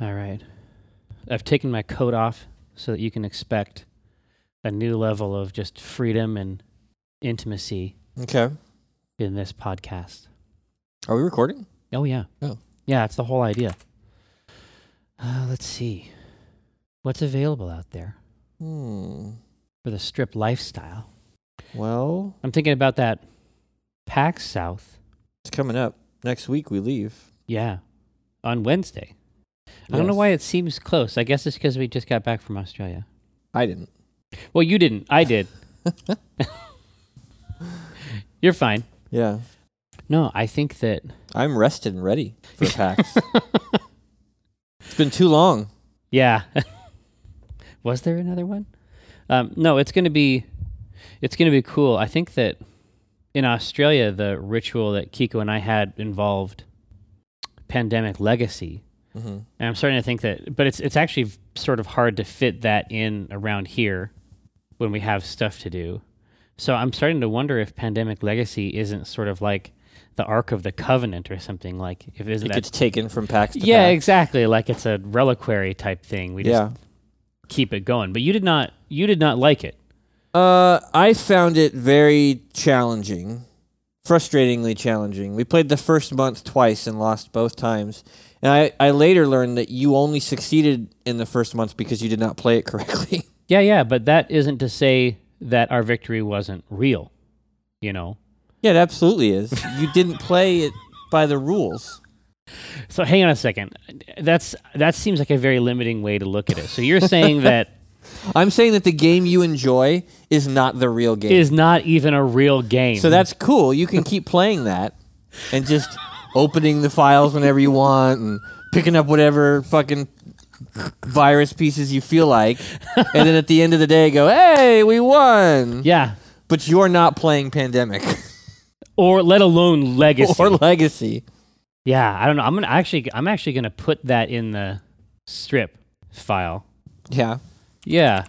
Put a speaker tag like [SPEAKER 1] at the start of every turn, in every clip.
[SPEAKER 1] All right. I've taken my coat off so that you can expect a new level of just freedom and intimacy
[SPEAKER 2] Okay.
[SPEAKER 1] in this podcast.
[SPEAKER 2] Are we recording?
[SPEAKER 1] Oh, yeah.
[SPEAKER 2] Oh.
[SPEAKER 1] Yeah, it's the whole idea. Uh, let's see. What's available out there
[SPEAKER 2] Hmm.
[SPEAKER 1] for the strip lifestyle?
[SPEAKER 2] Well,
[SPEAKER 1] I'm thinking about that PAX South.
[SPEAKER 2] it's coming up. Next week we leave.
[SPEAKER 1] Yeah. On Wednesday. I don't know
[SPEAKER 2] Yes.
[SPEAKER 1] why it seems close. I guess it's because we just got back from Australia.
[SPEAKER 2] I didn't.
[SPEAKER 1] Well, you didn't. I did. You're fine.
[SPEAKER 2] Yeah.
[SPEAKER 1] No, I think that
[SPEAKER 2] I'm rested and ready for PAX. it's been too long.
[SPEAKER 1] yeah. Was there another one? Um, no, it's going to be it's going to be cool. I think that in Australia the ritual that Kiko and I had involved pandemic legacy.
[SPEAKER 2] hmm
[SPEAKER 1] And I'm starting to think that but it's it's actually v- sort of hard to fit that in around here when we have stuff to do. So I'm starting to wonder if pandemic legacy isn't sort of like the Ark of the Covenant or something like if isn't
[SPEAKER 2] It
[SPEAKER 1] that
[SPEAKER 2] gets taken from PAX to
[SPEAKER 1] Yeah,
[SPEAKER 2] PAX.
[SPEAKER 1] exactly. Like it's a reliquary type thing. We just
[SPEAKER 2] yeah.
[SPEAKER 1] keep it going. But you did not. You did not like it.
[SPEAKER 2] Uh, I found it very challenging, frustratingly challenging. We played the first month twice and lost both times. And I, I later learned that you only succeeded in the first month because you did not play it correctly.
[SPEAKER 1] Yeah, yeah. But that isn't to say that our victory wasn't real. You know.
[SPEAKER 2] yeah, it absolutely is. You didn't play it by the rules.
[SPEAKER 1] So hang on a second. That's that seems like a very limiting way to look at it. So you're saying that
[SPEAKER 2] I'm saying that the game you enjoy is not the real game.
[SPEAKER 1] is not even a real game.
[SPEAKER 2] so that's cool. You can keep playing that and just opening the files whenever you want and picking up whatever fucking virus pieces you feel like. And then at the end of the day, go, hey, we won.
[SPEAKER 1] yeah.
[SPEAKER 2] But you're not playing Pandemic
[SPEAKER 1] Or let alone legacy.
[SPEAKER 2] or Legacy.
[SPEAKER 1] yeah, I don't know. I'm gonna actually. I'm actually gonna put that in the strip file.
[SPEAKER 2] Yeah.
[SPEAKER 1] Yeah.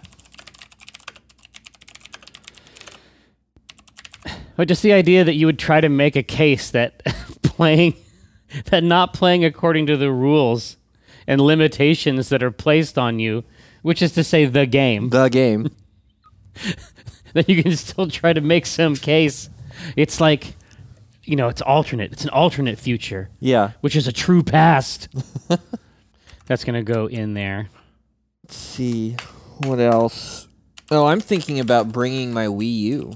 [SPEAKER 1] But just the idea that you would try to make a case that playing, that not playing according to the rules and limitations that are placed on you, which is to say the game,
[SPEAKER 2] The game.
[SPEAKER 1] that you can still try to make some case. It's like, you know, it's alternate. It's an alternate future,
[SPEAKER 2] Yeah.
[SPEAKER 1] which is a true past. That's going to go in there.
[SPEAKER 2] Let's see. What else? Oh, I'm thinking about bringing my Wii U.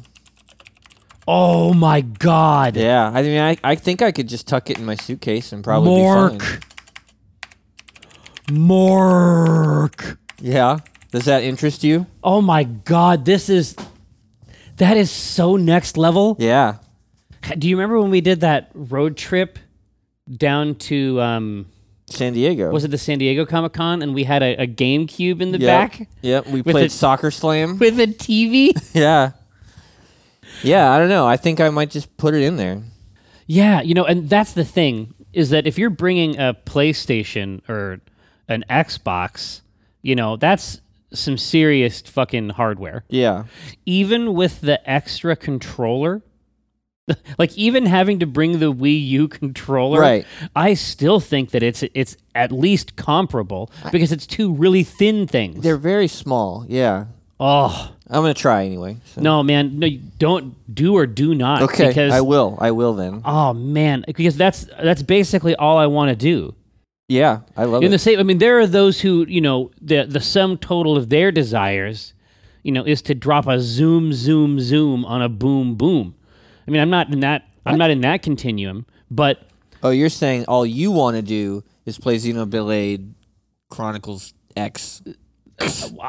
[SPEAKER 1] Oh my God.
[SPEAKER 2] Yeah, I mean, I, I think I could just tuck it in my suitcase and probably be fine.
[SPEAKER 1] Mork. Mork.
[SPEAKER 2] Yeah, does that interest you?
[SPEAKER 1] Oh my god, this is that is so next level.
[SPEAKER 2] Yeah,
[SPEAKER 1] Do you remember when we did that road trip down to um
[SPEAKER 2] San Diego.
[SPEAKER 1] was it the San Diego Comic Con and we had a, a GameCube in the
[SPEAKER 2] Yep.
[SPEAKER 1] back
[SPEAKER 2] Yep, we
[SPEAKER 1] With
[SPEAKER 2] played
[SPEAKER 1] it-
[SPEAKER 2] Soccer Slam.
[SPEAKER 1] with a TV?
[SPEAKER 2] yeah, yeah. I don't know. I think I might just put it in there.
[SPEAKER 1] yeah, you know, and that's the thing is that if you're bringing a PlayStation or an Xbox, you know, that's some serious fucking hardware.
[SPEAKER 2] Yeah,
[SPEAKER 1] even with the extra controller, like even having to bring the Wii U controller,
[SPEAKER 2] Right.
[SPEAKER 1] I still think that it's it's at least comparable because it's two really thin things.
[SPEAKER 2] they're very small. Yeah,
[SPEAKER 1] oh
[SPEAKER 2] I'm gonna try anyway. so-
[SPEAKER 1] no, man, no, you don't do or do not.
[SPEAKER 2] Okay,
[SPEAKER 1] because
[SPEAKER 2] I will. I will then.
[SPEAKER 1] oh man, because that's that's basically all I want to do.
[SPEAKER 2] Yeah, I love
[SPEAKER 1] In
[SPEAKER 2] it.
[SPEAKER 1] the same, I mean, there are those who you know the the sum total of their desires, you know, is to drop a zoom, zoom, zoom on a boom, boom. I mean, I'm not in that. I'm not in that continuum, but
[SPEAKER 2] oh, you're saying all you want to do is play Xenoblade Chronicles X?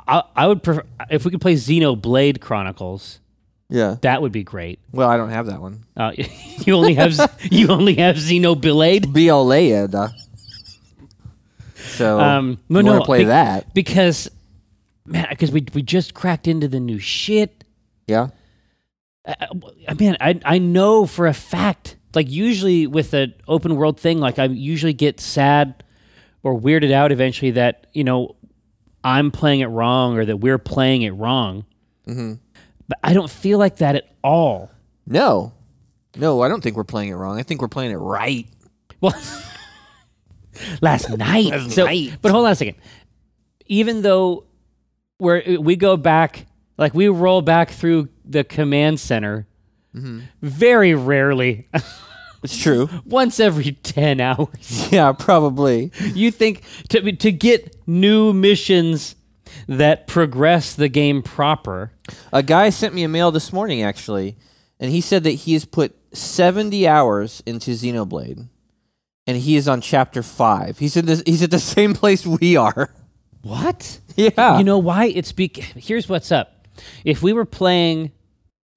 [SPEAKER 1] I, I would prefer if we could play Xenoblade Chronicles.
[SPEAKER 2] Yeah.
[SPEAKER 1] That would be great.
[SPEAKER 2] Well, I don't have that one.
[SPEAKER 1] Uh, you only have you only have Xenoblade.
[SPEAKER 2] Bioleda. uh, So
[SPEAKER 1] Um, no,
[SPEAKER 2] you wanna
[SPEAKER 1] no,
[SPEAKER 2] play
[SPEAKER 1] be-
[SPEAKER 2] that?
[SPEAKER 1] because man, because we we just cracked into the new shit.
[SPEAKER 2] Yeah.
[SPEAKER 1] I mean, I I know for a fact. Like usually with an open world thing, like I usually get sad or weirded out eventually that you know I'm playing it wrong or that we're playing it wrong.
[SPEAKER 2] Mm-hmm.
[SPEAKER 1] But I don't feel like that at all.
[SPEAKER 2] No. No, I don't think we're playing it wrong. I think we're playing it right.
[SPEAKER 1] Well, last night.
[SPEAKER 2] Last
[SPEAKER 1] so,
[SPEAKER 2] night.
[SPEAKER 1] But hold on a second. Even though we're, we go back, like we roll back through the command center
[SPEAKER 2] Mm-hmm.
[SPEAKER 1] very rarely,
[SPEAKER 2] It's true.
[SPEAKER 1] once every 10 hours.
[SPEAKER 2] Yeah, probably.
[SPEAKER 1] you think to, to get new missions that progress the game proper.
[SPEAKER 2] A guy sent me a mail this morning actually, and he said that he has put 70 hours into Xenoblade, and he is on chapter five. He said this, he's at the same place we are.
[SPEAKER 1] What?
[SPEAKER 2] Yeah,
[SPEAKER 1] You know why? It's be- here's what's up. If we were playing,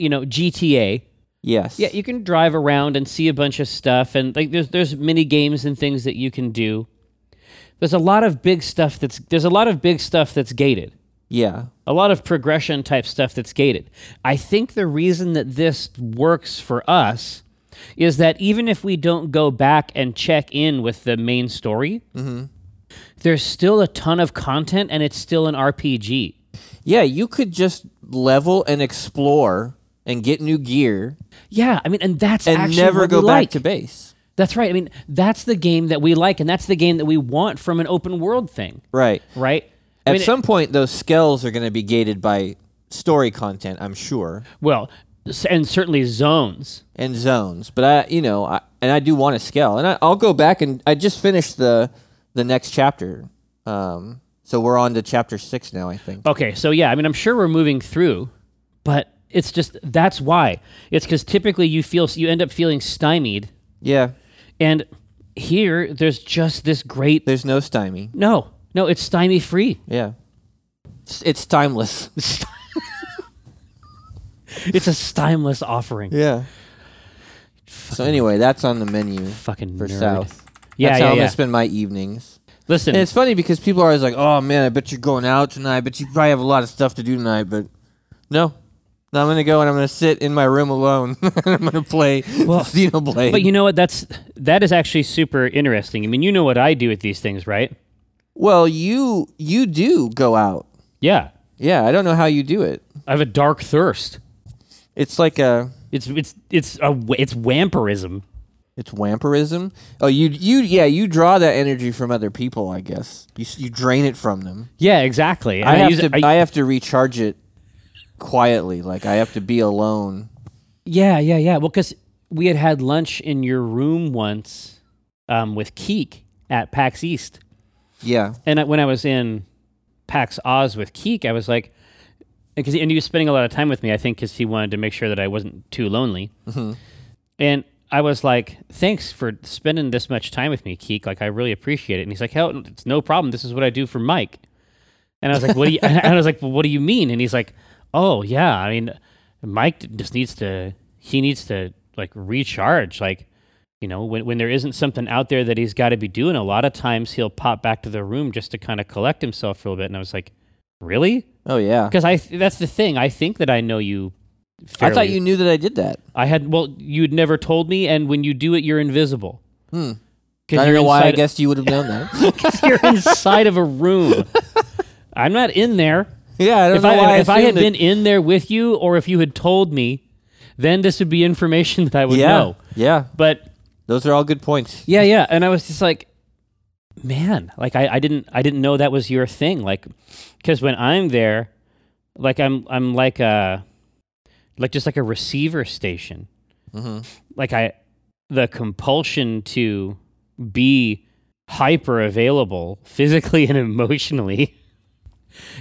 [SPEAKER 1] you know, GTA,
[SPEAKER 2] Yes.
[SPEAKER 1] yeah, you can drive around and see a bunch of stuff, and like there's there's mini games and things that you can do. There's a lot of big stuff that's there's a lot of big stuff that's gated.
[SPEAKER 2] yeah.
[SPEAKER 1] A lot of progression type stuff that's gated. I think the reason that this works for us is that even if we don't go back and check in with the main story, there's still a ton of content and it's still an RPG.
[SPEAKER 2] Yeah, you could just level and explore and get new gear
[SPEAKER 1] Yeah, I mean, and that's
[SPEAKER 2] and
[SPEAKER 1] actually
[SPEAKER 2] never
[SPEAKER 1] what
[SPEAKER 2] go
[SPEAKER 1] we
[SPEAKER 2] back
[SPEAKER 1] like.
[SPEAKER 2] to base.
[SPEAKER 1] That's right. I mean, that's the game that we like, and that's the game that we want from an open world thing,
[SPEAKER 2] Right.
[SPEAKER 1] right? I
[SPEAKER 2] At
[SPEAKER 1] mean, it-
[SPEAKER 2] some point, those skills are going to be gated by story content, I'm sure,
[SPEAKER 1] well, s- and certainly zones.
[SPEAKER 2] and zones. But I, you know, I, and I do want to scale, and I, I'll go back and I just finished the the next chapter. Um, so we're on to chapter six now, I think.
[SPEAKER 1] Okay, so yeah, I mean, I'm sure we're moving through, but it's just that's why it's because typically you feel you end up feeling stymied,
[SPEAKER 2] Yeah,
[SPEAKER 1] and here there's just this great
[SPEAKER 2] there's no stymie.
[SPEAKER 1] no, no, it's stymie free.
[SPEAKER 2] Yeah, it's, it's timeless.
[SPEAKER 1] It's a stymieless offering.
[SPEAKER 2] Yeah. So anyway, that's on the menu
[SPEAKER 1] Fucking
[SPEAKER 2] for
[SPEAKER 1] nerd.
[SPEAKER 2] South.
[SPEAKER 1] Yeah,
[SPEAKER 2] that's
[SPEAKER 1] yeah,
[SPEAKER 2] how I'm
[SPEAKER 1] yeah.
[SPEAKER 2] gonna spend my evenings.
[SPEAKER 1] Listen,
[SPEAKER 2] And it's funny because people are always like, "Oh man, I bet you're going out tonight. I bet you probably have a lot of stuff to do tonight." But no, no I'm gonna go and I'm gonna sit in my room alone. and I'm gonna play Xenoblade.
[SPEAKER 1] But you know what? That's that is actually super interesting. I mean, you know what I do with these things, right?
[SPEAKER 2] well, you you do go out.
[SPEAKER 1] Yeah,
[SPEAKER 2] Yeah, I don't know how you do it.
[SPEAKER 1] I have a dark thirst.
[SPEAKER 2] It's like a
[SPEAKER 1] It's it's it's a wa- it's vampirism.
[SPEAKER 2] it's vampirism. Oh, you you yeah you draw that energy from other people. I guess you s- you drain it from them.
[SPEAKER 1] Yeah, exactly. And
[SPEAKER 2] I have
[SPEAKER 1] use it-
[SPEAKER 2] to I, have to recharge it quietly. Like I have to be alone.
[SPEAKER 1] yeah, yeah, yeah. Well, because we had had lunch in your room once um, with Keek at PAX East,
[SPEAKER 2] Yeah.
[SPEAKER 1] and I, when I was in PAX Oz with Keek, I was like, because and he was spending a lot of time with me, I think, because he wanted to make sure that I wasn't too lonely. And I was like, thanks for spending this much time with me, Keek. Like, I really appreciate it. And he's like, hell, it's no problem. This is what I do for Mike. And I was like, what do you? and I was like, well, what do you mean? And he's like, oh yeah, I mean, Mike d- just needs to. He needs to like recharge. Like, you know, when when there isn't something out there that he's got to be doing, a lot of times he'll pop back to the room just to kind of collect himself for a little bit. And I was like, really?
[SPEAKER 2] Oh yeah.
[SPEAKER 1] Because I th- that's the thing. I think that I know you.
[SPEAKER 2] I thought
[SPEAKER 1] fairly-
[SPEAKER 2] you knew that I did that.
[SPEAKER 1] I had. Well, you'd never told me, and when you do it, you're invisible.
[SPEAKER 2] Hmm. I
[SPEAKER 1] 'Cause
[SPEAKER 2] don't
[SPEAKER 1] you're
[SPEAKER 2] know why I
[SPEAKER 1] inside-
[SPEAKER 2] guessed you would have known that.
[SPEAKER 1] 'cause you're inside of a room. I'm not in there.
[SPEAKER 2] yeah, I don't
[SPEAKER 1] If
[SPEAKER 2] know
[SPEAKER 1] I,
[SPEAKER 2] why
[SPEAKER 1] if I had
[SPEAKER 2] assumed it-
[SPEAKER 1] been in there with you, or if you had told me, then this would be information that I would
[SPEAKER 2] yeah,
[SPEAKER 1] know.
[SPEAKER 2] yeah,
[SPEAKER 1] But
[SPEAKER 2] those are all good points.
[SPEAKER 1] yeah, yeah, and I was just like, man, like I, I didn't I didn't know that was your thing, like, because when I'm there, like I'm I'm like a like just like a receiver station, Mm-hmm. like I the compulsion to be hyper available physically and emotionally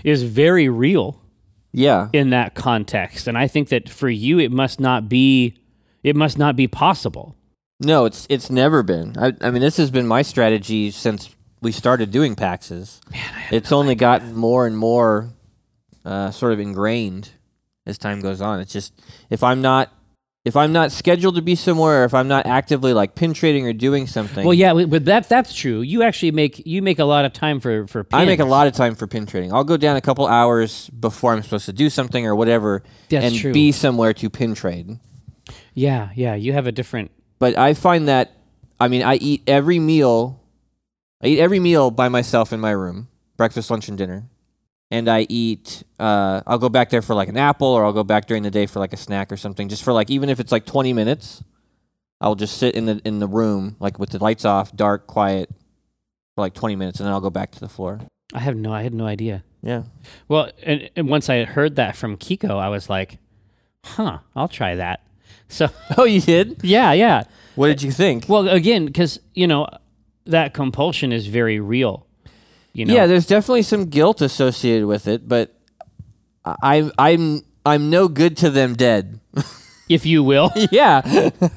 [SPEAKER 1] is very real
[SPEAKER 2] Yeah,
[SPEAKER 1] in that context and i think that for you it must not be it must not be possible
[SPEAKER 2] no, it's it's never been. I, I mean, this has been my strategy since we started doing Paxes. it's only gotten more and more uh, sort of ingrained as time goes on. It's just if I'm not if I'm not scheduled to be somewhere, or if I'm not actively like pin trading or doing something,
[SPEAKER 1] well yeah but that that's true you actually make you make a lot of time for for
[SPEAKER 2] I make a
[SPEAKER 1] pins.
[SPEAKER 2] lot of time for pin trading. I'll go down a couple hours before I'm supposed to do something or whatever,
[SPEAKER 1] That's
[SPEAKER 2] and
[SPEAKER 1] true.
[SPEAKER 2] be somewhere to pin trade.
[SPEAKER 1] yeah yeah you have a different
[SPEAKER 2] But I find that, I mean, I eat every meal, I eat every meal by myself in my room, breakfast, lunch, and dinner. And I eat, uh, I'll go back there for like an apple, or I'll go back during the day for like a snack or something, just for like even if it's like 20 minutes, I'll just sit in the in the room like with the lights off, dark, quiet, for like 20 minutes and then I'll go back to the floor.
[SPEAKER 1] I have no, I had no idea.
[SPEAKER 2] Yeah.
[SPEAKER 1] Well, and, and once I heard that from Kiko, I was like, huh, I'll try that. So,
[SPEAKER 2] Oh, you did?
[SPEAKER 1] yeah, yeah.
[SPEAKER 2] What did you think?
[SPEAKER 1] Well, again, because, you know, that compulsion is very real. You know?
[SPEAKER 2] Yeah, there's definitely some guilt associated with it, but I, I'm I'm I'm no good to them dead.
[SPEAKER 1] if you will.
[SPEAKER 2] yeah,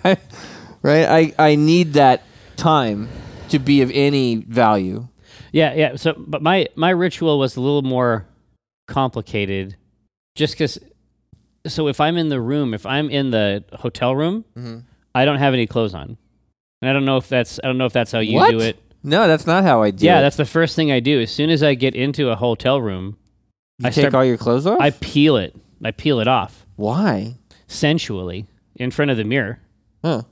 [SPEAKER 2] right. I I need that time to be of any value.
[SPEAKER 1] Yeah, yeah. So, but my my ritual was a little more complicated, just because. So if I'm in the room, if I'm in the hotel room,
[SPEAKER 2] Mm-hmm.
[SPEAKER 1] I don't have any clothes on, and I don't know if that's I don't know if that's how you do it.
[SPEAKER 2] No, that's not how I do
[SPEAKER 1] Yeah,
[SPEAKER 2] it.
[SPEAKER 1] that's the first thing I do. As soon as I get into a hotel room,
[SPEAKER 2] you
[SPEAKER 1] I
[SPEAKER 2] take
[SPEAKER 1] start-
[SPEAKER 2] all your clothes off.
[SPEAKER 1] I peel it. I peel it off
[SPEAKER 2] Why?
[SPEAKER 1] sensually in front of the mirror.
[SPEAKER 2] Huh.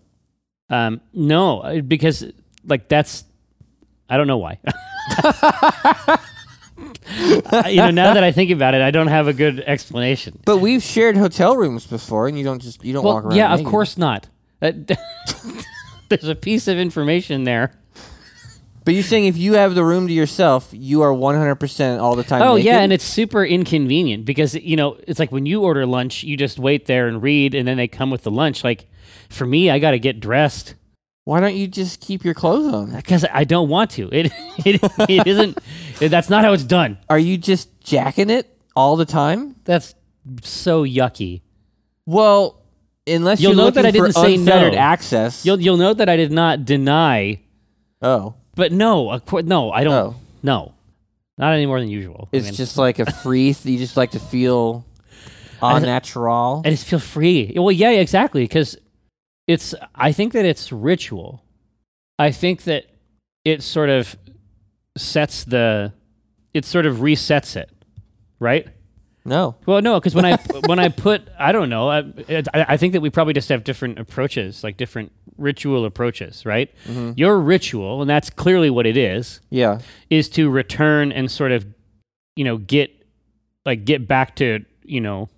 [SPEAKER 1] Um, no, I- because like that's I don't know why. I- you know, now that I think about it, I don't have a good explanation.
[SPEAKER 2] But we've shared hotel rooms before, and you don't just you don't walk
[SPEAKER 1] Well,
[SPEAKER 2] around.
[SPEAKER 1] yeah, of
[SPEAKER 2] naked.
[SPEAKER 1] course not. That- there's a piece of information there.
[SPEAKER 2] But you're saying if you have the room to yourself, you are 100 percent all the time.
[SPEAKER 1] Oh
[SPEAKER 2] naked?
[SPEAKER 1] yeah, and it's super inconvenient because you know it's like when you order lunch, you just wait there and read, and then they come with the lunch. Like for me, I got to get dressed
[SPEAKER 2] why don't you just keep your clothes on?
[SPEAKER 1] because I don't want to. It it, it isn't. That's not how it's done.
[SPEAKER 2] Are you just jacking it all the time?
[SPEAKER 1] That's so yucky.
[SPEAKER 2] Well, unless
[SPEAKER 1] You'll
[SPEAKER 2] you're
[SPEAKER 1] note
[SPEAKER 2] looking
[SPEAKER 1] that I
[SPEAKER 2] for
[SPEAKER 1] didn't say no.
[SPEAKER 2] unfettered access.
[SPEAKER 1] You'll you'll note that I did not deny,
[SPEAKER 2] oh,
[SPEAKER 1] but no, of course, no, I don't.
[SPEAKER 2] Oh.
[SPEAKER 1] No, not any more than usual. I
[SPEAKER 2] it's
[SPEAKER 1] mean,
[SPEAKER 2] just like a free. Th- you just like to feel au natural.
[SPEAKER 1] I just feel free. Well, yeah, exactly, because it's. I think that it's ritual. I think that it sort of sets the. It sort of resets it, right?
[SPEAKER 2] No,
[SPEAKER 1] Well, no, because when I when I put, I don't know. I, I I think that we probably just have different approaches, like different ritual approaches, right? Your ritual, and that's clearly what it is.
[SPEAKER 2] yeah,
[SPEAKER 1] is to return and sort of you know get like get back to you know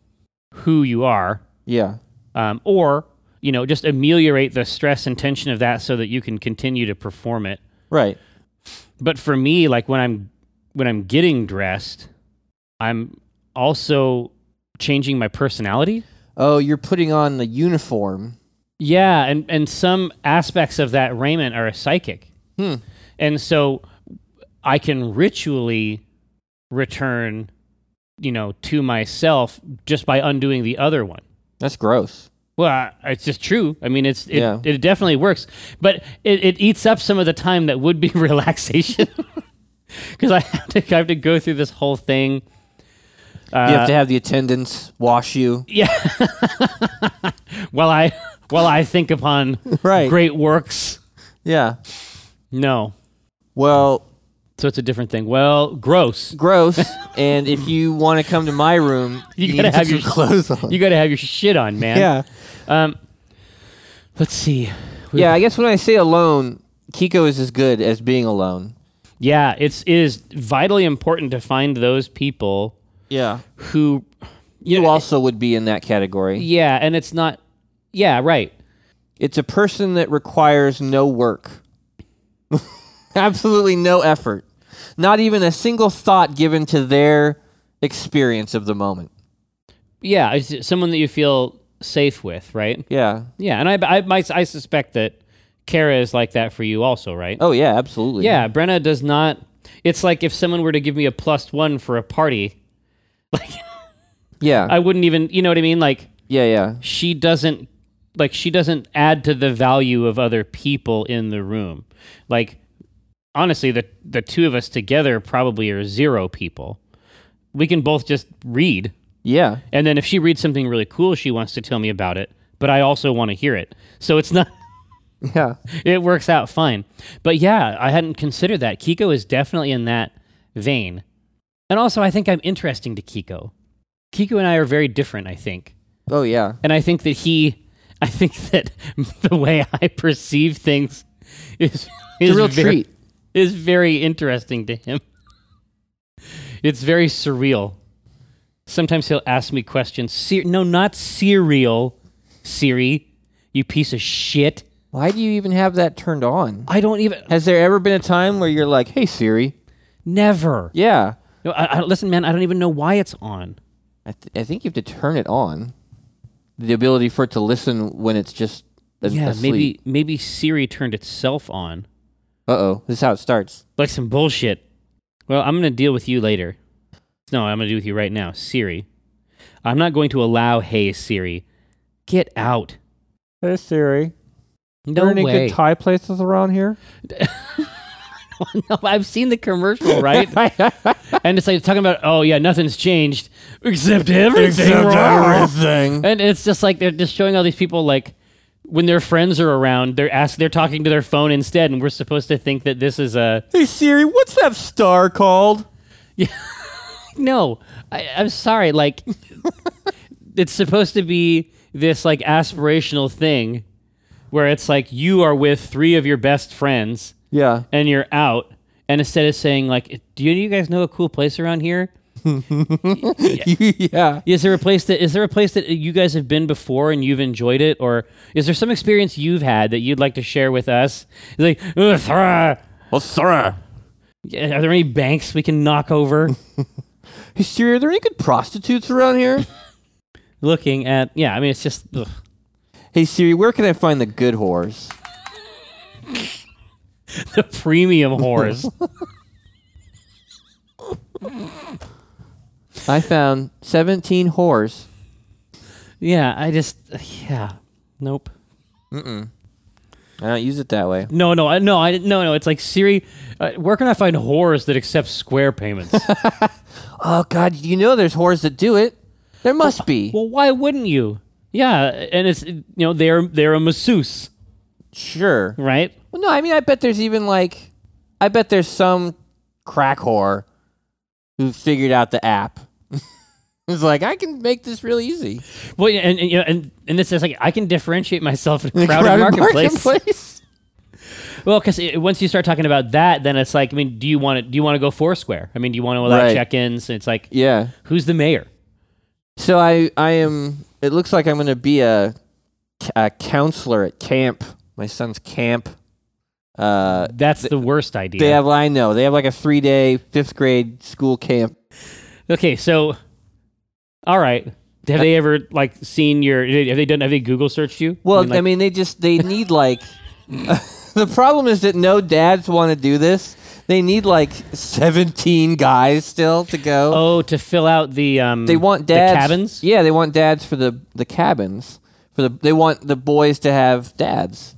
[SPEAKER 1] who you are
[SPEAKER 2] yeah.
[SPEAKER 1] um, or you know just ameliorate the stress and tension of that so that you can continue to perform it
[SPEAKER 2] Right.
[SPEAKER 1] but for me like when i'm when i'm getting dressed i'm also changing my personality
[SPEAKER 2] Oh, you're putting on the uniform.
[SPEAKER 1] Yeah, and and some aspects of that raiment are psychic,
[SPEAKER 2] Hmm.
[SPEAKER 1] and so I can ritually return, you know, to myself just by undoing the other one.
[SPEAKER 2] That's gross.
[SPEAKER 1] Well, I- it's just true. I mean, it's it,
[SPEAKER 2] Yeah.
[SPEAKER 1] it definitely works, but it, it eats up some of the time that would be relaxation because I have to I have to go through this whole thing. Uh,
[SPEAKER 2] you have to have the attendants wash you.
[SPEAKER 1] yeah. while I while I think upon
[SPEAKER 2] Right.
[SPEAKER 1] great works.
[SPEAKER 2] Yeah.
[SPEAKER 1] No.
[SPEAKER 2] Well,
[SPEAKER 1] So it's a different thing. Well, gross.
[SPEAKER 2] gross. and if you want to come to my room,
[SPEAKER 1] You
[SPEAKER 2] you,
[SPEAKER 1] gotta
[SPEAKER 2] need to
[SPEAKER 1] have
[SPEAKER 2] have your
[SPEAKER 1] your-
[SPEAKER 2] clothes on.
[SPEAKER 1] You got to have your shit on, man.
[SPEAKER 2] yeah.
[SPEAKER 1] Um, let's see. We-
[SPEAKER 2] Yeah. I guess when I say alone, Kiko is as good as being alone.
[SPEAKER 1] Yeah. It's it is vitally important to find those people
[SPEAKER 2] Yeah.
[SPEAKER 1] who, you
[SPEAKER 2] You
[SPEAKER 1] know,
[SPEAKER 2] also would be in that category.
[SPEAKER 1] yeah, and it's not. Yeah. Right.
[SPEAKER 2] It's a person that requires no work, absolutely no effort, not even a single thought given to their experience of the moment.
[SPEAKER 1] Yeah. It's someone that you feel safe with, right?
[SPEAKER 2] Yeah.
[SPEAKER 1] Yeah. And I I might I suspect that Kara is like that for you also, right?
[SPEAKER 2] Oh yeah, absolutely.
[SPEAKER 1] Yeah, Brenna does not. It's like if someone were to give me a plus one for a party,
[SPEAKER 2] Yeah.
[SPEAKER 1] I wouldn't even. You know what I mean? Like
[SPEAKER 2] yeah. Yeah.
[SPEAKER 1] she doesn't like she doesn't add to the value of other people in the room. Like honestly, the the two of us together probably are zero people. We can both just read,
[SPEAKER 2] Yeah.
[SPEAKER 1] and then if she reads something really cool, she wants to tell me about it. But I also want to hear it, so it's not.
[SPEAKER 2] Yeah.
[SPEAKER 1] It works out fine. But yeah, I hadn't considered that. Kiko is definitely in that vein. And also, I think I'm interesting to Kiko. Kiko and I are very different, I think.
[SPEAKER 2] Oh yeah.
[SPEAKER 1] And I think that he, I think that the way I perceive things is, is
[SPEAKER 2] real
[SPEAKER 1] very,
[SPEAKER 2] treat.
[SPEAKER 1] Is very interesting to him. It's very surreal. Sometimes he'll ask me questions. Ser- no, not cereal, Siri, you piece of shit.
[SPEAKER 2] Why do you even have that turned on?
[SPEAKER 1] I don't even
[SPEAKER 2] Has there ever been a time where you're like, "Hey Siri"?
[SPEAKER 1] never.
[SPEAKER 2] Yeah,
[SPEAKER 1] No, I, I, listen, man, I don't even know why it's on.
[SPEAKER 2] I, th- I think you have to turn it on. The ability for it to listen when it's just a-
[SPEAKER 1] Yeah,
[SPEAKER 2] asleep.
[SPEAKER 1] maybe maybe Siri turned itself on.
[SPEAKER 2] Uh oh, this is how it starts.
[SPEAKER 1] Like some bullshit. Well, I'm gonna deal with you later. No, I'm gonna deal with you right now, Siri. I'm not going to allow. Hey Siri, get out.
[SPEAKER 2] Hey Siri,
[SPEAKER 1] No way.
[SPEAKER 2] Thai places around here?
[SPEAKER 1] no, I've seen the commercial, right? and it's like talking about, oh yeah, nothing's changed except everything. wrong.
[SPEAKER 2] everything.
[SPEAKER 1] And it's just like they're just showing all these people like when their friends are around, they're ask they're talking to their phone instead, and we're supposed to think that this is a
[SPEAKER 2] Hey Siri, what's that star called?
[SPEAKER 1] no. I, I'm sorry, like it's supposed to be this like aspirational thing where it's like you are with three of your best friends
[SPEAKER 2] Yeah.
[SPEAKER 1] and you're out, and instead of saying like, "Do you guys know a cool place around here?"
[SPEAKER 2] yeah.
[SPEAKER 1] Is there a place that is there a place that you guys have been before and you've enjoyed it, or is there some experience you've had that you'd like to share with us? It's Like, "Ugh, thrah.
[SPEAKER 2] Well, Siri.
[SPEAKER 1] Yeah, are there any banks we can knock over?
[SPEAKER 2] Hey Siri, are there any good prostitutes around here?
[SPEAKER 1] Looking at, yeah, I mean, it's just ugh.
[SPEAKER 2] hey Siri, where can I find the good whores?
[SPEAKER 1] the premium whores.
[SPEAKER 2] I found 17 whores.
[SPEAKER 1] yeah, I just, yeah, nope.
[SPEAKER 2] I don't use it that way.
[SPEAKER 1] No, no, I, no, I no, no. It's like Siri. Uh, where can I find whores that accept Square payments?
[SPEAKER 2] Oh God, you know there's whores that do it. There must be.
[SPEAKER 1] well, why wouldn't you? Yeah, and it's you know they're they're a masseuse,
[SPEAKER 2] Sure.
[SPEAKER 1] right?
[SPEAKER 2] Well, no, I mean, I bet there's even like, I bet there's some crack whore who figured out the app. It's like, I can make this real easy.
[SPEAKER 1] Well, yeah, and, and you know, and and this is like I can differentiate myself in a crowded, marketplace.
[SPEAKER 2] marketplace.
[SPEAKER 1] Well, because once you start talking about that, then it's like, I mean, do you want to do you want to go Foursquare? I mean, do you want to allow
[SPEAKER 2] Right.
[SPEAKER 1] check-ins? It's like,
[SPEAKER 2] Yeah.
[SPEAKER 1] who's the mayor?
[SPEAKER 2] So I, I am. It looks like I'm going to be a, a counselor at camp. My son's camp. Uh,
[SPEAKER 1] That's the worst idea.
[SPEAKER 2] they have. I know they have like a three day fifth grade school camp.
[SPEAKER 1] okay, so, all right, have they ever like seen your? Have they done? Have they Google searched you?
[SPEAKER 2] Well, I
[SPEAKER 1] I
[SPEAKER 2] mean,
[SPEAKER 1] like,
[SPEAKER 2] they just they need like the problem is that no dads want to do this. They need like 17 guys still to go.
[SPEAKER 1] oh, to fill out the um,
[SPEAKER 2] they want
[SPEAKER 1] the
[SPEAKER 2] dads.
[SPEAKER 1] cabins.
[SPEAKER 2] Yeah, they want dads for the the cabins. For the they want the boys to have dads.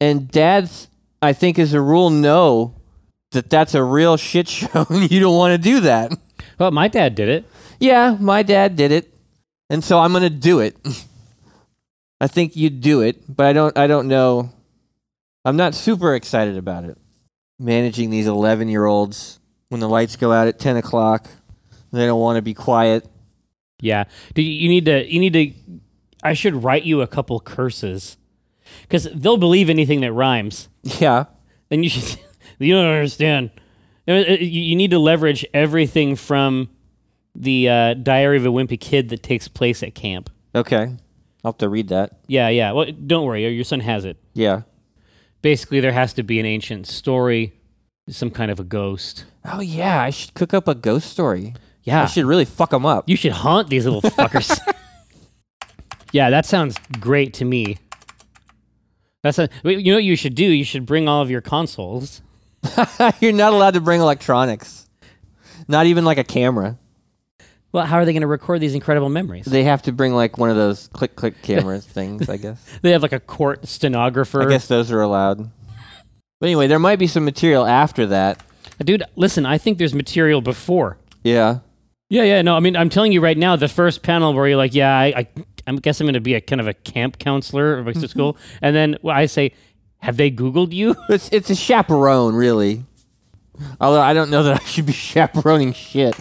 [SPEAKER 2] And dads I think as a rule know that that's a real shit show and you don't want to do that.
[SPEAKER 1] Well, my dad did it.
[SPEAKER 2] Yeah, my dad did it, and so I'm gonna do it. I think you'd do it, but I don't. I don't know. I'm not super excited about it. Managing these 11 year olds when the lights go out at 10 o'clock, they don't want to be quiet.
[SPEAKER 1] Yeah. Do you, you need to you need to I should write you a couple curses. Cuz they'll believe anything that rhymes.
[SPEAKER 2] Yeah,
[SPEAKER 1] And you should you don't understand. You know, You you need to leverage everything from the uh, Diary of a Wimpy Kid that takes place at camp.
[SPEAKER 2] okay. I'll have to read that.
[SPEAKER 1] Yeah, yeah. Well, don't worry. Your son has it.
[SPEAKER 2] Yeah.
[SPEAKER 1] Basically, there has to be an ancient story, some kind of a ghost.
[SPEAKER 2] Oh yeah, I should cook up a ghost story. I
[SPEAKER 1] Yeah.
[SPEAKER 2] should really fuck them up.
[SPEAKER 1] You should haunt these little fuckers. yeah, that sounds great to me. That's a, wait, you know what you should do. You should bring all of your consoles.
[SPEAKER 2] You're not allowed to bring electronics. Not even like a camera.
[SPEAKER 1] Well, how are they going to record these incredible memories?
[SPEAKER 2] They have to bring like one of those click click camera things, I guess.
[SPEAKER 1] They have like a court stenographer.
[SPEAKER 2] I guess those are allowed. But anyway, there might be some material after that.
[SPEAKER 1] Dude, listen, I think there's material before.
[SPEAKER 2] Yeah.
[SPEAKER 1] Yeah, yeah, no. I mean, I'm telling you right now, the first panel where you're like, yeah, I, I, I guess I'm going to be a kind of a camp counselor at Mexico school, and then well, I say, have they Googled you?
[SPEAKER 2] It's it's a chaperone, really. Although I don't know that I should be chaperoning shit.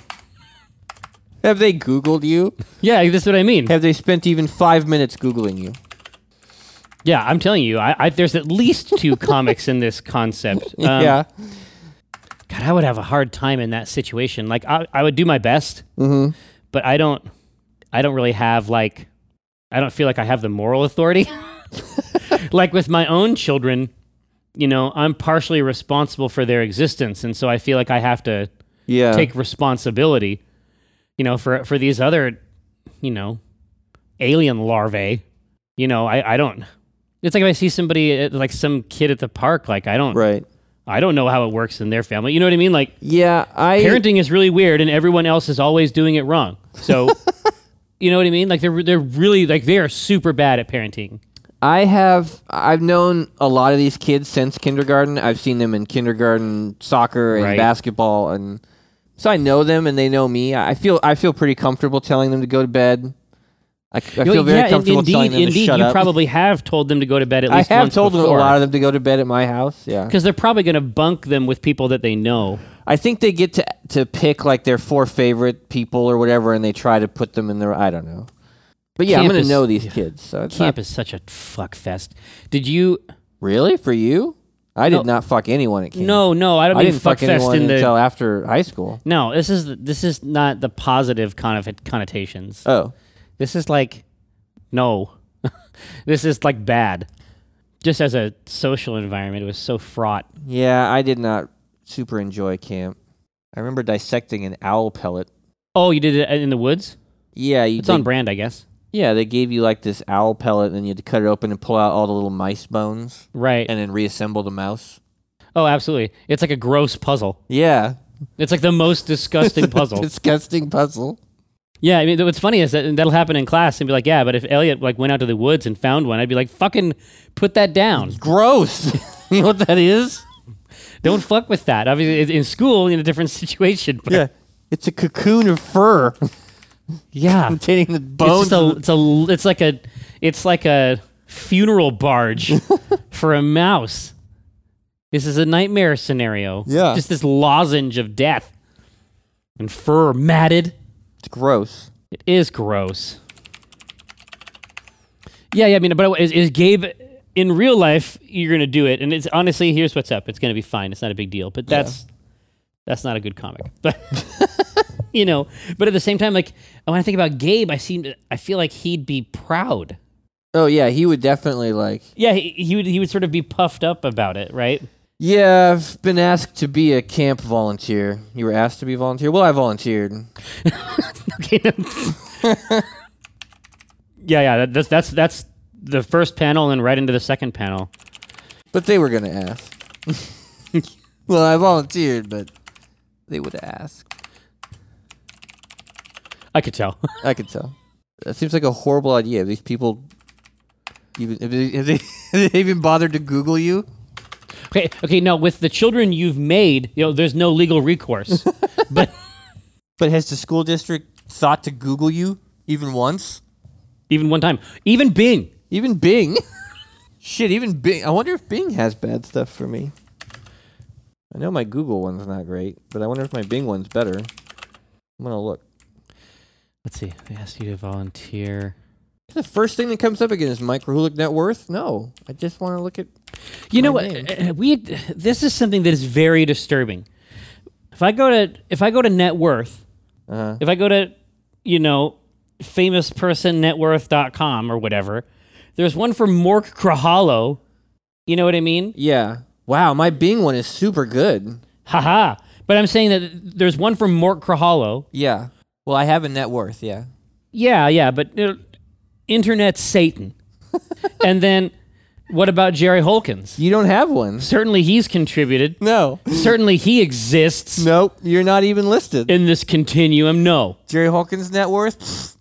[SPEAKER 2] Have they Googled you?
[SPEAKER 1] yeah, that's what I mean.
[SPEAKER 2] Have they spent even five minutes Googling you?
[SPEAKER 1] Yeah, I'm telling you, I, I there's at least two comics in this concept. Um,
[SPEAKER 2] yeah.
[SPEAKER 1] God, I would have a hard time in that situation. Like, I, I would do my best, but I don't, I don't really have like, I don't feel like I have the moral authority. like with my own children, you know, I'm partially responsible for their existence, and so I feel like I have to
[SPEAKER 2] Yeah.
[SPEAKER 1] take responsibility, you know, for for these other, you know, alien larvae. You know, I I don't. It's like if I see somebody uh, like some kid at the park, like I don't
[SPEAKER 2] right.
[SPEAKER 1] I don't know how it works in their family. You know what I mean? Like
[SPEAKER 2] Yeah, I
[SPEAKER 1] parenting is really weird, and everyone else is always doing it wrong. So. You know what I mean? Like they're they're really like they are super bad at parenting.
[SPEAKER 2] I have I've known a lot of these kids since kindergarten. I've seen them in kindergarten soccer and
[SPEAKER 1] Right.
[SPEAKER 2] basketball and so I know them and they know me. I feel I feel pretty comfortable telling them to go to bed. I, I
[SPEAKER 1] You know,
[SPEAKER 2] feel very
[SPEAKER 1] yeah, in-
[SPEAKER 2] comfortable
[SPEAKER 1] indeed,
[SPEAKER 2] telling them
[SPEAKER 1] indeed,
[SPEAKER 2] to shut
[SPEAKER 1] you
[SPEAKER 2] up.
[SPEAKER 1] probably have told them to go to bed at
[SPEAKER 2] I
[SPEAKER 1] least
[SPEAKER 2] have
[SPEAKER 1] once
[SPEAKER 2] told them
[SPEAKER 1] before.
[SPEAKER 2] a lot of them to go to bed at my house. Yeah,
[SPEAKER 1] because they're probably going to bunk them with people that they know.
[SPEAKER 2] I think they get to to pick like their four favorite people or whatever, and they try to put them in their. I don't know, but yeah, I'm
[SPEAKER 1] Campus-
[SPEAKER 2] gonna know these kids. So it's
[SPEAKER 1] Camp
[SPEAKER 2] not
[SPEAKER 1] is such a fuck fest. Did you?
[SPEAKER 2] really for you. I did
[SPEAKER 1] No.
[SPEAKER 2] not fuck anyone at camp.
[SPEAKER 1] No, no, I don't
[SPEAKER 2] I
[SPEAKER 1] mean
[SPEAKER 2] didn't
[SPEAKER 1] fuck
[SPEAKER 2] fuck
[SPEAKER 1] fest
[SPEAKER 2] anyone
[SPEAKER 1] in the.
[SPEAKER 2] until after high school.
[SPEAKER 1] no, this is this is not the positive kind of connotations.
[SPEAKER 2] Oh,
[SPEAKER 1] this is like, no, this is like bad. Just as a social environment, it was so fraught.
[SPEAKER 2] yeah, I did not super enjoy camp. I remember dissecting an owl pellet.
[SPEAKER 1] Oh, you did it in the woods.
[SPEAKER 2] Yeah, you
[SPEAKER 1] It's on
[SPEAKER 2] they-
[SPEAKER 1] brand, I guess.
[SPEAKER 2] yeah, they gave you like this owl pellet, and you had to cut it open and pull out all the little mice bones,
[SPEAKER 1] Right.
[SPEAKER 2] and then reassemble the mouse.
[SPEAKER 1] oh, absolutely. It's like a gross puzzle.
[SPEAKER 2] Yeah,
[SPEAKER 1] It's like the most disgusting puzzle.
[SPEAKER 2] disgusting puzzle.
[SPEAKER 1] Yeah, I mean, th- what's funny is that that'll happen in class and be like, yeah, but if Elliot like went out to the woods and found one, I'd be like, fucking put that down.
[SPEAKER 2] Gross. you know what that is?
[SPEAKER 1] Don't fuck with that. Obviously, it's in school, in a different situation. But
[SPEAKER 2] Yeah, it's a cocoon of fur
[SPEAKER 1] yeah, it's
[SPEAKER 2] containing the bones.
[SPEAKER 1] just a, it's a, it's like a, it's like a funeral barge for a mouse. This is a nightmare scenario.
[SPEAKER 2] Yeah.
[SPEAKER 1] just this lozenge of death and fur matted.
[SPEAKER 2] it's gross.
[SPEAKER 1] It is gross. Yeah, yeah. I mean, but is, is Gabe in real life? You're gonna do it, and it's honestly here's what's up. It's gonna be fine. It's not a big deal. But that's that's not a good comic. But you know. But at the same time, like when I think about Gabe, I seem I feel like he'd be proud.
[SPEAKER 2] Oh yeah, he would definitely like.
[SPEAKER 1] Yeah, he, he would he would sort of be puffed up about it, right?
[SPEAKER 2] Yeah, I've been asked to be a camp volunteer. You were asked to be a volunteer. Well, I volunteered.
[SPEAKER 1] Okay. yeah, yeah. That, that's that's that's the first panel, and right into the second panel.
[SPEAKER 2] But they were going to ask. well, I volunteered, but they would ask.
[SPEAKER 1] I could tell.
[SPEAKER 2] I could tell. That seems like a horrible idea. Have these people even have they, have they, have they even bothered to Google you?
[SPEAKER 1] Okay, okay. Now with the children you've made, you know, there's no legal recourse. but
[SPEAKER 2] But has the school district thought to Google you even once?
[SPEAKER 1] even one time, even Bing.
[SPEAKER 2] Even Bing. Shit, even Bing. I wonder if Bing has bad stuff for me. I know my Google one's not great, but I wonder if my Bing one's better. I'm gonna look.
[SPEAKER 1] Let's see. They asked you to volunteer.
[SPEAKER 2] The first thing that comes up again is microhoolic net worth. No, I just want to look at.
[SPEAKER 1] You know
[SPEAKER 2] My
[SPEAKER 1] what?
[SPEAKER 2] name.
[SPEAKER 1] uh, uh, We this is something that is very disturbing. If I go to if I go to net worth,
[SPEAKER 2] Uh-huh.
[SPEAKER 1] if I go to you know famouspersonnetworth.com or whatever, there's one for Mork Krahalo. You know what I mean?
[SPEAKER 2] Yeah. Wow, my Bing one is super good.
[SPEAKER 1] Haha. But I'm saying that there's one for Mork Krahalo.
[SPEAKER 2] Yeah. Well, I have a net worth. Yeah.
[SPEAKER 1] Yeah, yeah, but you know, internet Satan. and then what about Jerry Holkins?
[SPEAKER 2] You don't have one.
[SPEAKER 1] Certainly he's contributed.
[SPEAKER 2] No.
[SPEAKER 1] Certainly he exists
[SPEAKER 2] Nope. You're not even listed.
[SPEAKER 1] in this continuum. No.
[SPEAKER 2] Jerry Hawkins' net worth. Pfft.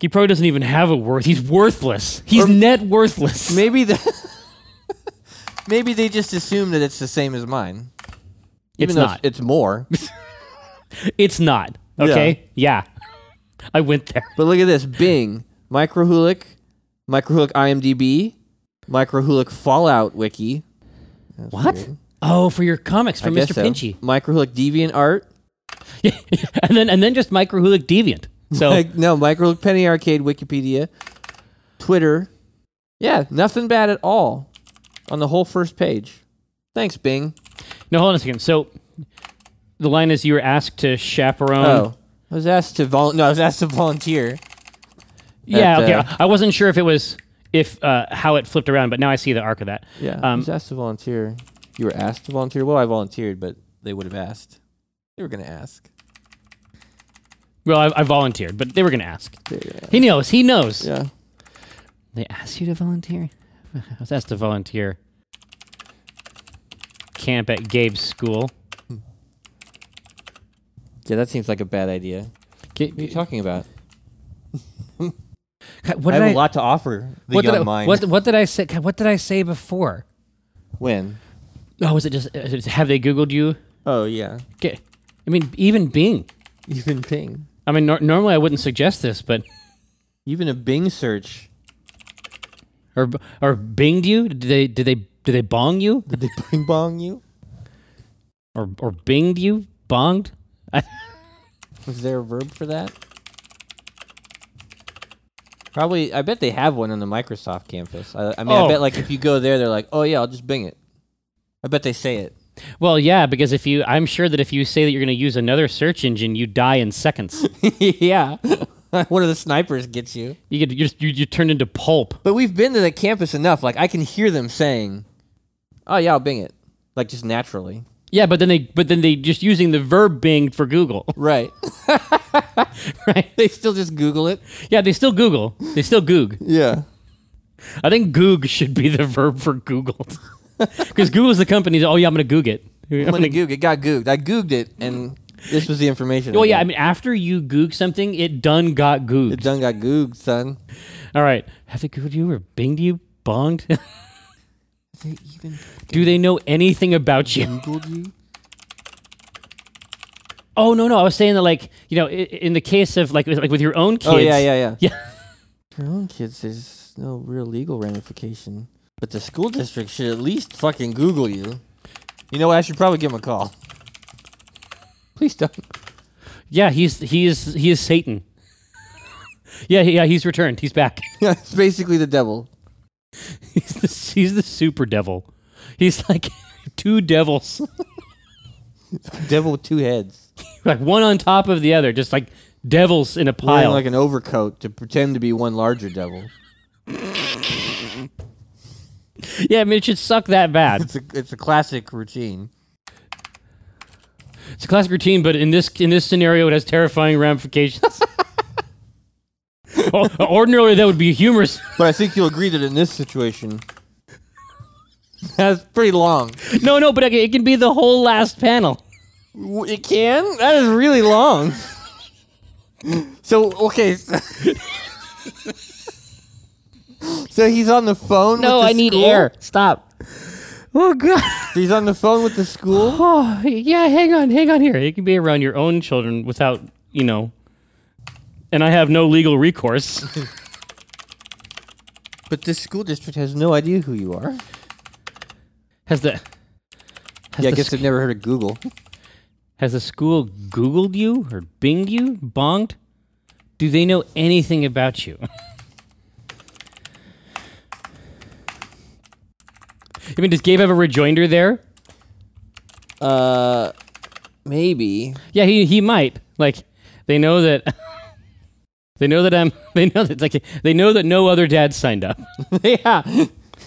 [SPEAKER 1] He probably doesn't even have a worth. He's worthless. He's net worthless.
[SPEAKER 2] Maybe the. Maybe they just assume that it's the same as mine.
[SPEAKER 1] it's
[SPEAKER 2] though
[SPEAKER 1] not.
[SPEAKER 2] It's more.
[SPEAKER 1] It's not. Okay? Yeah. I went there.
[SPEAKER 2] But look at this Bing, Microhoolic, Microhoolic IMDb, Microhoolic Fallout Wiki.
[SPEAKER 1] what? Oh, for your comics for
[SPEAKER 2] I guess
[SPEAKER 1] Mr.
[SPEAKER 2] so.
[SPEAKER 1] Pinchy.
[SPEAKER 2] Microhoolic DeviantArt.
[SPEAKER 1] and then and then just microhoolic deviant. So
[SPEAKER 2] Like, no, Microhoolic Penny Arcade, Wikipedia, Twitter. Yeah, nothing bad at all on the whole first page. Thanks, Bing.
[SPEAKER 1] no, hold on a second. So the line is you were asked to chaperone
[SPEAKER 2] Oh, I was asked to vol. No, I was asked to volunteer.
[SPEAKER 1] Yeah,
[SPEAKER 2] at,
[SPEAKER 1] okay.
[SPEAKER 2] uh,
[SPEAKER 1] I I wasn't sure if it was if uh, how it flipped around, but now I see the arc of that.
[SPEAKER 2] Yeah, I
[SPEAKER 1] Um,
[SPEAKER 2] was asked to volunteer. You were asked to volunteer. Well, I volunteered, but they would have asked. They were gonna ask.
[SPEAKER 1] Well, I, I volunteered, but they were going to ask.
[SPEAKER 2] They were gonna ask.
[SPEAKER 1] He knows. He knows.
[SPEAKER 2] Yeah.
[SPEAKER 1] They asked you to volunteer. I was asked to volunteer. Camp at Gabe's school.
[SPEAKER 2] Yeah, that seems like a bad idea.
[SPEAKER 1] Ga-
[SPEAKER 2] What are you talking about?
[SPEAKER 1] God, what
[SPEAKER 2] I
[SPEAKER 1] did I,
[SPEAKER 2] have a lot to offer the
[SPEAKER 1] what
[SPEAKER 2] young
[SPEAKER 1] did I,
[SPEAKER 2] mind.
[SPEAKER 1] What, what did I say? God, What did I say before?
[SPEAKER 2] when?
[SPEAKER 1] Oh, was it just uh, have they Googled you?
[SPEAKER 2] Oh yeah.
[SPEAKER 1] Ga- I mean, even Bing.
[SPEAKER 2] Even Bing.
[SPEAKER 1] I mean, nor- normally I wouldn't suggest this, but
[SPEAKER 2] Even a Bing search.
[SPEAKER 1] or or Binged you? Did they did they did they bong you
[SPEAKER 2] Did they bing bong you?
[SPEAKER 1] or or Binged you? Bonged? I,
[SPEAKER 2] Was there a verb for that? Probably. I bet they have one on the Microsoft campus. I, I mean,
[SPEAKER 1] Oh.
[SPEAKER 2] I bet like if you go there, they're like, "Oh yeah, I'll just Bing it." I bet they say it.
[SPEAKER 1] well, yeah, because if you, I'm sure that if you say that you're going to use another search engine, you die in seconds.
[SPEAKER 2] yeah. One of the snipers gets you.
[SPEAKER 1] you get you just you, you turn into pulp.
[SPEAKER 2] But we've been to the campus enough. Like I can hear them saying, "Oh yeah, I'll Bing it," like just naturally.
[SPEAKER 1] Yeah, but then they but then they just using the verb Bing for Google,
[SPEAKER 2] Right.
[SPEAKER 1] right?
[SPEAKER 2] they still just Google it.
[SPEAKER 1] Yeah, they still Google. They still Goog.
[SPEAKER 2] Yeah.
[SPEAKER 1] I think Goog should be the verb for Google. Because Google's the company that, oh, yeah, I'm going to Goog it. I'm
[SPEAKER 2] I'm
[SPEAKER 1] gonna-
[SPEAKER 2] gonna Goog. It got Googed. I Googed it, and this was the information.
[SPEAKER 1] oh, yeah, I
[SPEAKER 2] got.
[SPEAKER 1] mean, after you Goog something, it done got Googed.
[SPEAKER 2] it done got Googed, son.
[SPEAKER 1] All right. Have they Googed you or binged you? Bonged?
[SPEAKER 2] They even
[SPEAKER 1] Do they know anything about you?
[SPEAKER 2] Googled you.
[SPEAKER 1] Oh, no, no. I was saying that, like, you know, i- in the case of, like, with- like with your own kids.
[SPEAKER 2] Oh yeah, yeah, yeah.
[SPEAKER 1] Yeah.
[SPEAKER 2] For own kids, there's no real legal ramification. But the school district should at least fucking Google you. You know what? I should probably give him a call. Please don't.
[SPEAKER 1] Yeah, he's, he is, he is Satan. yeah, yeah, he's returned. He's back.
[SPEAKER 2] Yeah, it's basically the devil.
[SPEAKER 1] he's, the, he's the super devil. He's like two devils.
[SPEAKER 2] Devil with two heads.
[SPEAKER 1] like one on top of the other, just like devils in a
[SPEAKER 2] Wearing
[SPEAKER 1] pile.
[SPEAKER 2] like an overcoat to pretend to be one larger devil.
[SPEAKER 1] yeah, I mean, it should suck that bad.
[SPEAKER 2] It's a, it's a classic routine.
[SPEAKER 1] It's a classic routine, but in this in this scenario, it has terrifying ramifications. O- Ordinarily, that would be humorous.
[SPEAKER 2] But I think you'll agree that in this situation, that's pretty long.
[SPEAKER 1] No, no, but it it can be the whole last panel.
[SPEAKER 2] W- It can? That is really long. so, okay. s- so he's on the phone
[SPEAKER 1] No,
[SPEAKER 2] with the
[SPEAKER 1] I need
[SPEAKER 2] school?
[SPEAKER 1] air. Stop. Oh God.
[SPEAKER 2] He's on the phone with the school?
[SPEAKER 1] Oh yeah. Hang on. Hang on here. It can be around your own children without you know. And I have no legal recourse.
[SPEAKER 2] But this school district has no idea who you are.
[SPEAKER 1] Has the has
[SPEAKER 2] Yeah, I
[SPEAKER 1] the
[SPEAKER 2] guess they've never heard of Google.
[SPEAKER 1] Has the school Googled you or binged you, bonged? Do they know anything about you? I mean, does Gabe have a rejoinder there?
[SPEAKER 2] Uh, maybe.
[SPEAKER 1] Yeah, he, he might. Like, they know that. They know that I'm. They know that like they know that no other dad signed up.
[SPEAKER 2] yeah.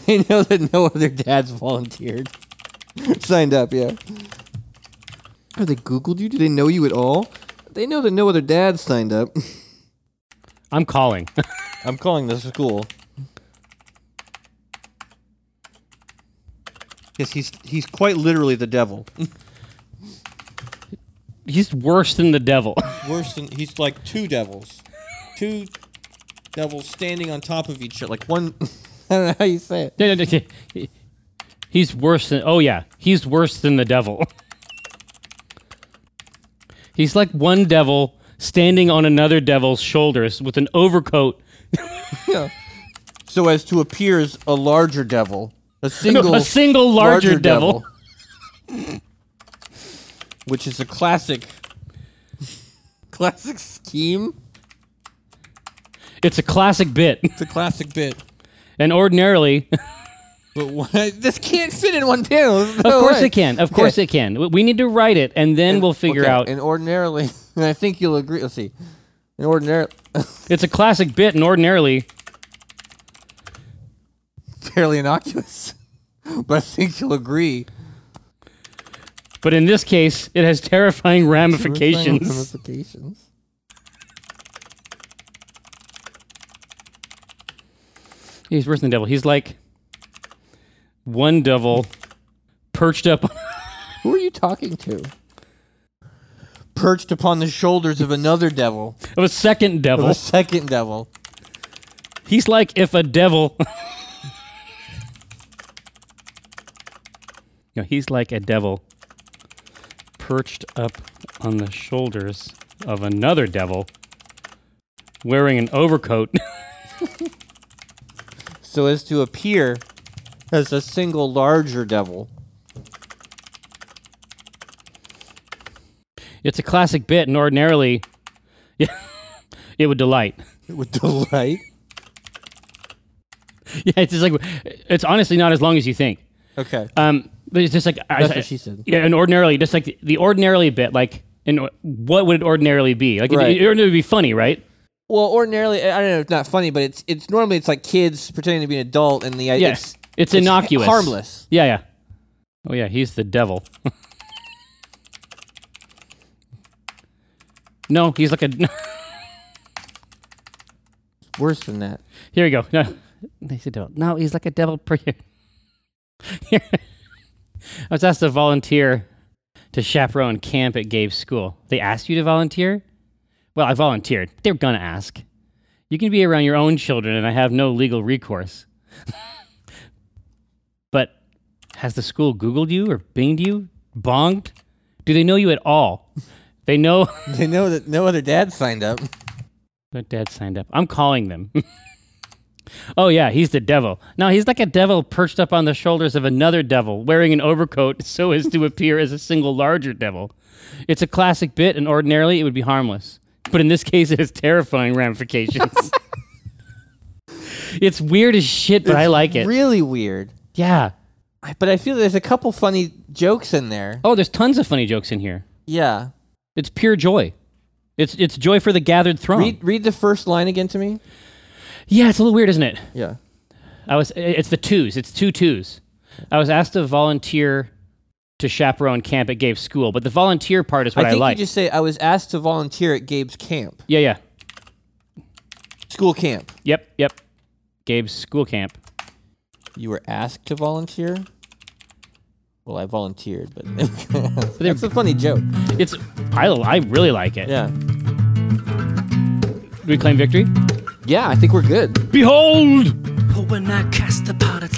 [SPEAKER 2] They know that no other dads volunteered. Signed up, yeah. Are they Googled you? Do they know you at all? They know that no other dads signed up.
[SPEAKER 1] I'm calling.
[SPEAKER 2] I'm calling the school. Yes, he's he's quite literally the devil.
[SPEAKER 1] He's worse than the devil.
[SPEAKER 2] Worse than he's like two devils. Two devils standing on top of each other. Like one I don't know how you say it.
[SPEAKER 1] No, no, no. He's worse than. Oh yeah, he's worse than the devil. He's like one devil standing on another devil's shoulders with an overcoat.
[SPEAKER 2] So as to appear as a larger devil. A
[SPEAKER 1] No,
[SPEAKER 2] single
[SPEAKER 1] a single larger, devil.
[SPEAKER 2] Which is a classic classic scheme.
[SPEAKER 1] It's a classic bit.
[SPEAKER 2] It's a classic bit.
[SPEAKER 1] And ordinarily,
[SPEAKER 2] But what, this can't fit in one panel.
[SPEAKER 1] of course it can. Of course it can. We- We need to write it, and then we'll figure
[SPEAKER 2] Okay,
[SPEAKER 1] out.
[SPEAKER 2] Oh, And ordinarily, and I think you'll agree. Let's see. And ordinarily,
[SPEAKER 1] it's a classic bit, and ordinarily,
[SPEAKER 3] fairly innocuous, but I think you'll agree.
[SPEAKER 1] But in this case, it has terrifying ramifications.
[SPEAKER 3] Ramifications.
[SPEAKER 1] He's worse than the devil. He's like one devil perched up.
[SPEAKER 3] Who are you talking to?
[SPEAKER 2] Perched upon the shoulders of another devil,
[SPEAKER 1] of a second
[SPEAKER 2] of a
[SPEAKER 1] devil.
[SPEAKER 2] second devil.
[SPEAKER 1] He's like if a devil. no, he's like a devil perched up on the shoulders of another devil wearing an overcoat.
[SPEAKER 2] so as to appear as a single larger devil.
[SPEAKER 1] it's a classic bit, and ordinarily, yeah, it would delight.
[SPEAKER 2] It would delight.
[SPEAKER 1] Yeah, it's just like it's honestly not as long as you think.
[SPEAKER 2] Okay.
[SPEAKER 1] Um, but it's just like I,
[SPEAKER 2] That's what she said.
[SPEAKER 1] Yeah, and ordinarily, just like the, the ordinarily bit, like, and what would it ordinarily be? Like,
[SPEAKER 2] Right.
[SPEAKER 1] it, it ordinarily would be funny, right?
[SPEAKER 2] Well, ordinarily, I I don't know, it's not funny, but it's it's normally it's like kids pretending to be an adult, and the yeah.
[SPEAKER 1] Yes, it's,
[SPEAKER 2] it's
[SPEAKER 1] innocuous,
[SPEAKER 2] harmless.
[SPEAKER 1] Yeah, yeah. Oh yeah, he's the devil. no, he's like a.
[SPEAKER 2] Worse than that.
[SPEAKER 1] Here we go. No, he's a devil. No, he's like a devil. Per- I was asked to volunteer to chaperone camp at Gabe's school. They asked you to volunteer? Well, I volunteered. They were going to ask. You can be around your own children, and I have no legal recourse. but has the school Googled you or binged you? Bonged? Do they know you at all? They know.
[SPEAKER 2] They know that no other dad signed up.
[SPEAKER 1] But dad signed up. I'm calling them. oh yeah, he's the devil. No, he's like a devil perched up on the shoulders of another devil, wearing an overcoat so as to appear as a single larger devil. It's a classic bit, and ordinarily it would be harmless, but in this case, it has terrifying ramifications. it's weird as shit, but I like it.
[SPEAKER 2] Really weird.
[SPEAKER 1] yeah.
[SPEAKER 2] I- But I feel there's a couple funny jokes in there.
[SPEAKER 1] Oh, there's tons of funny jokes in here.
[SPEAKER 2] Yeah.
[SPEAKER 1] It's pure joy. It's it's joy for the gathered throng.
[SPEAKER 2] Read read the first line again to me.
[SPEAKER 1] yeah, it's a little weird, isn't it?
[SPEAKER 2] Yeah.
[SPEAKER 1] I was. It's the twos. It's two twos. I was asked to volunteer to chaperone camp at Gabe's school, but the volunteer part is what
[SPEAKER 2] I
[SPEAKER 1] I,
[SPEAKER 2] think
[SPEAKER 1] like.
[SPEAKER 2] you just say I was asked to volunteer at Gabe's camp,
[SPEAKER 1] yeah, yeah,
[SPEAKER 2] school camp.
[SPEAKER 1] yep, yep. Gabe's school camp.
[SPEAKER 2] You were asked to volunteer. Well, I volunteered, but it's a funny joke.
[SPEAKER 1] It's. I, I really like it.
[SPEAKER 2] Yeah.
[SPEAKER 1] Do we claim victory?
[SPEAKER 2] Yeah, I think we're good.
[SPEAKER 1] Behold!
[SPEAKER 4] But when I cast the pot, it's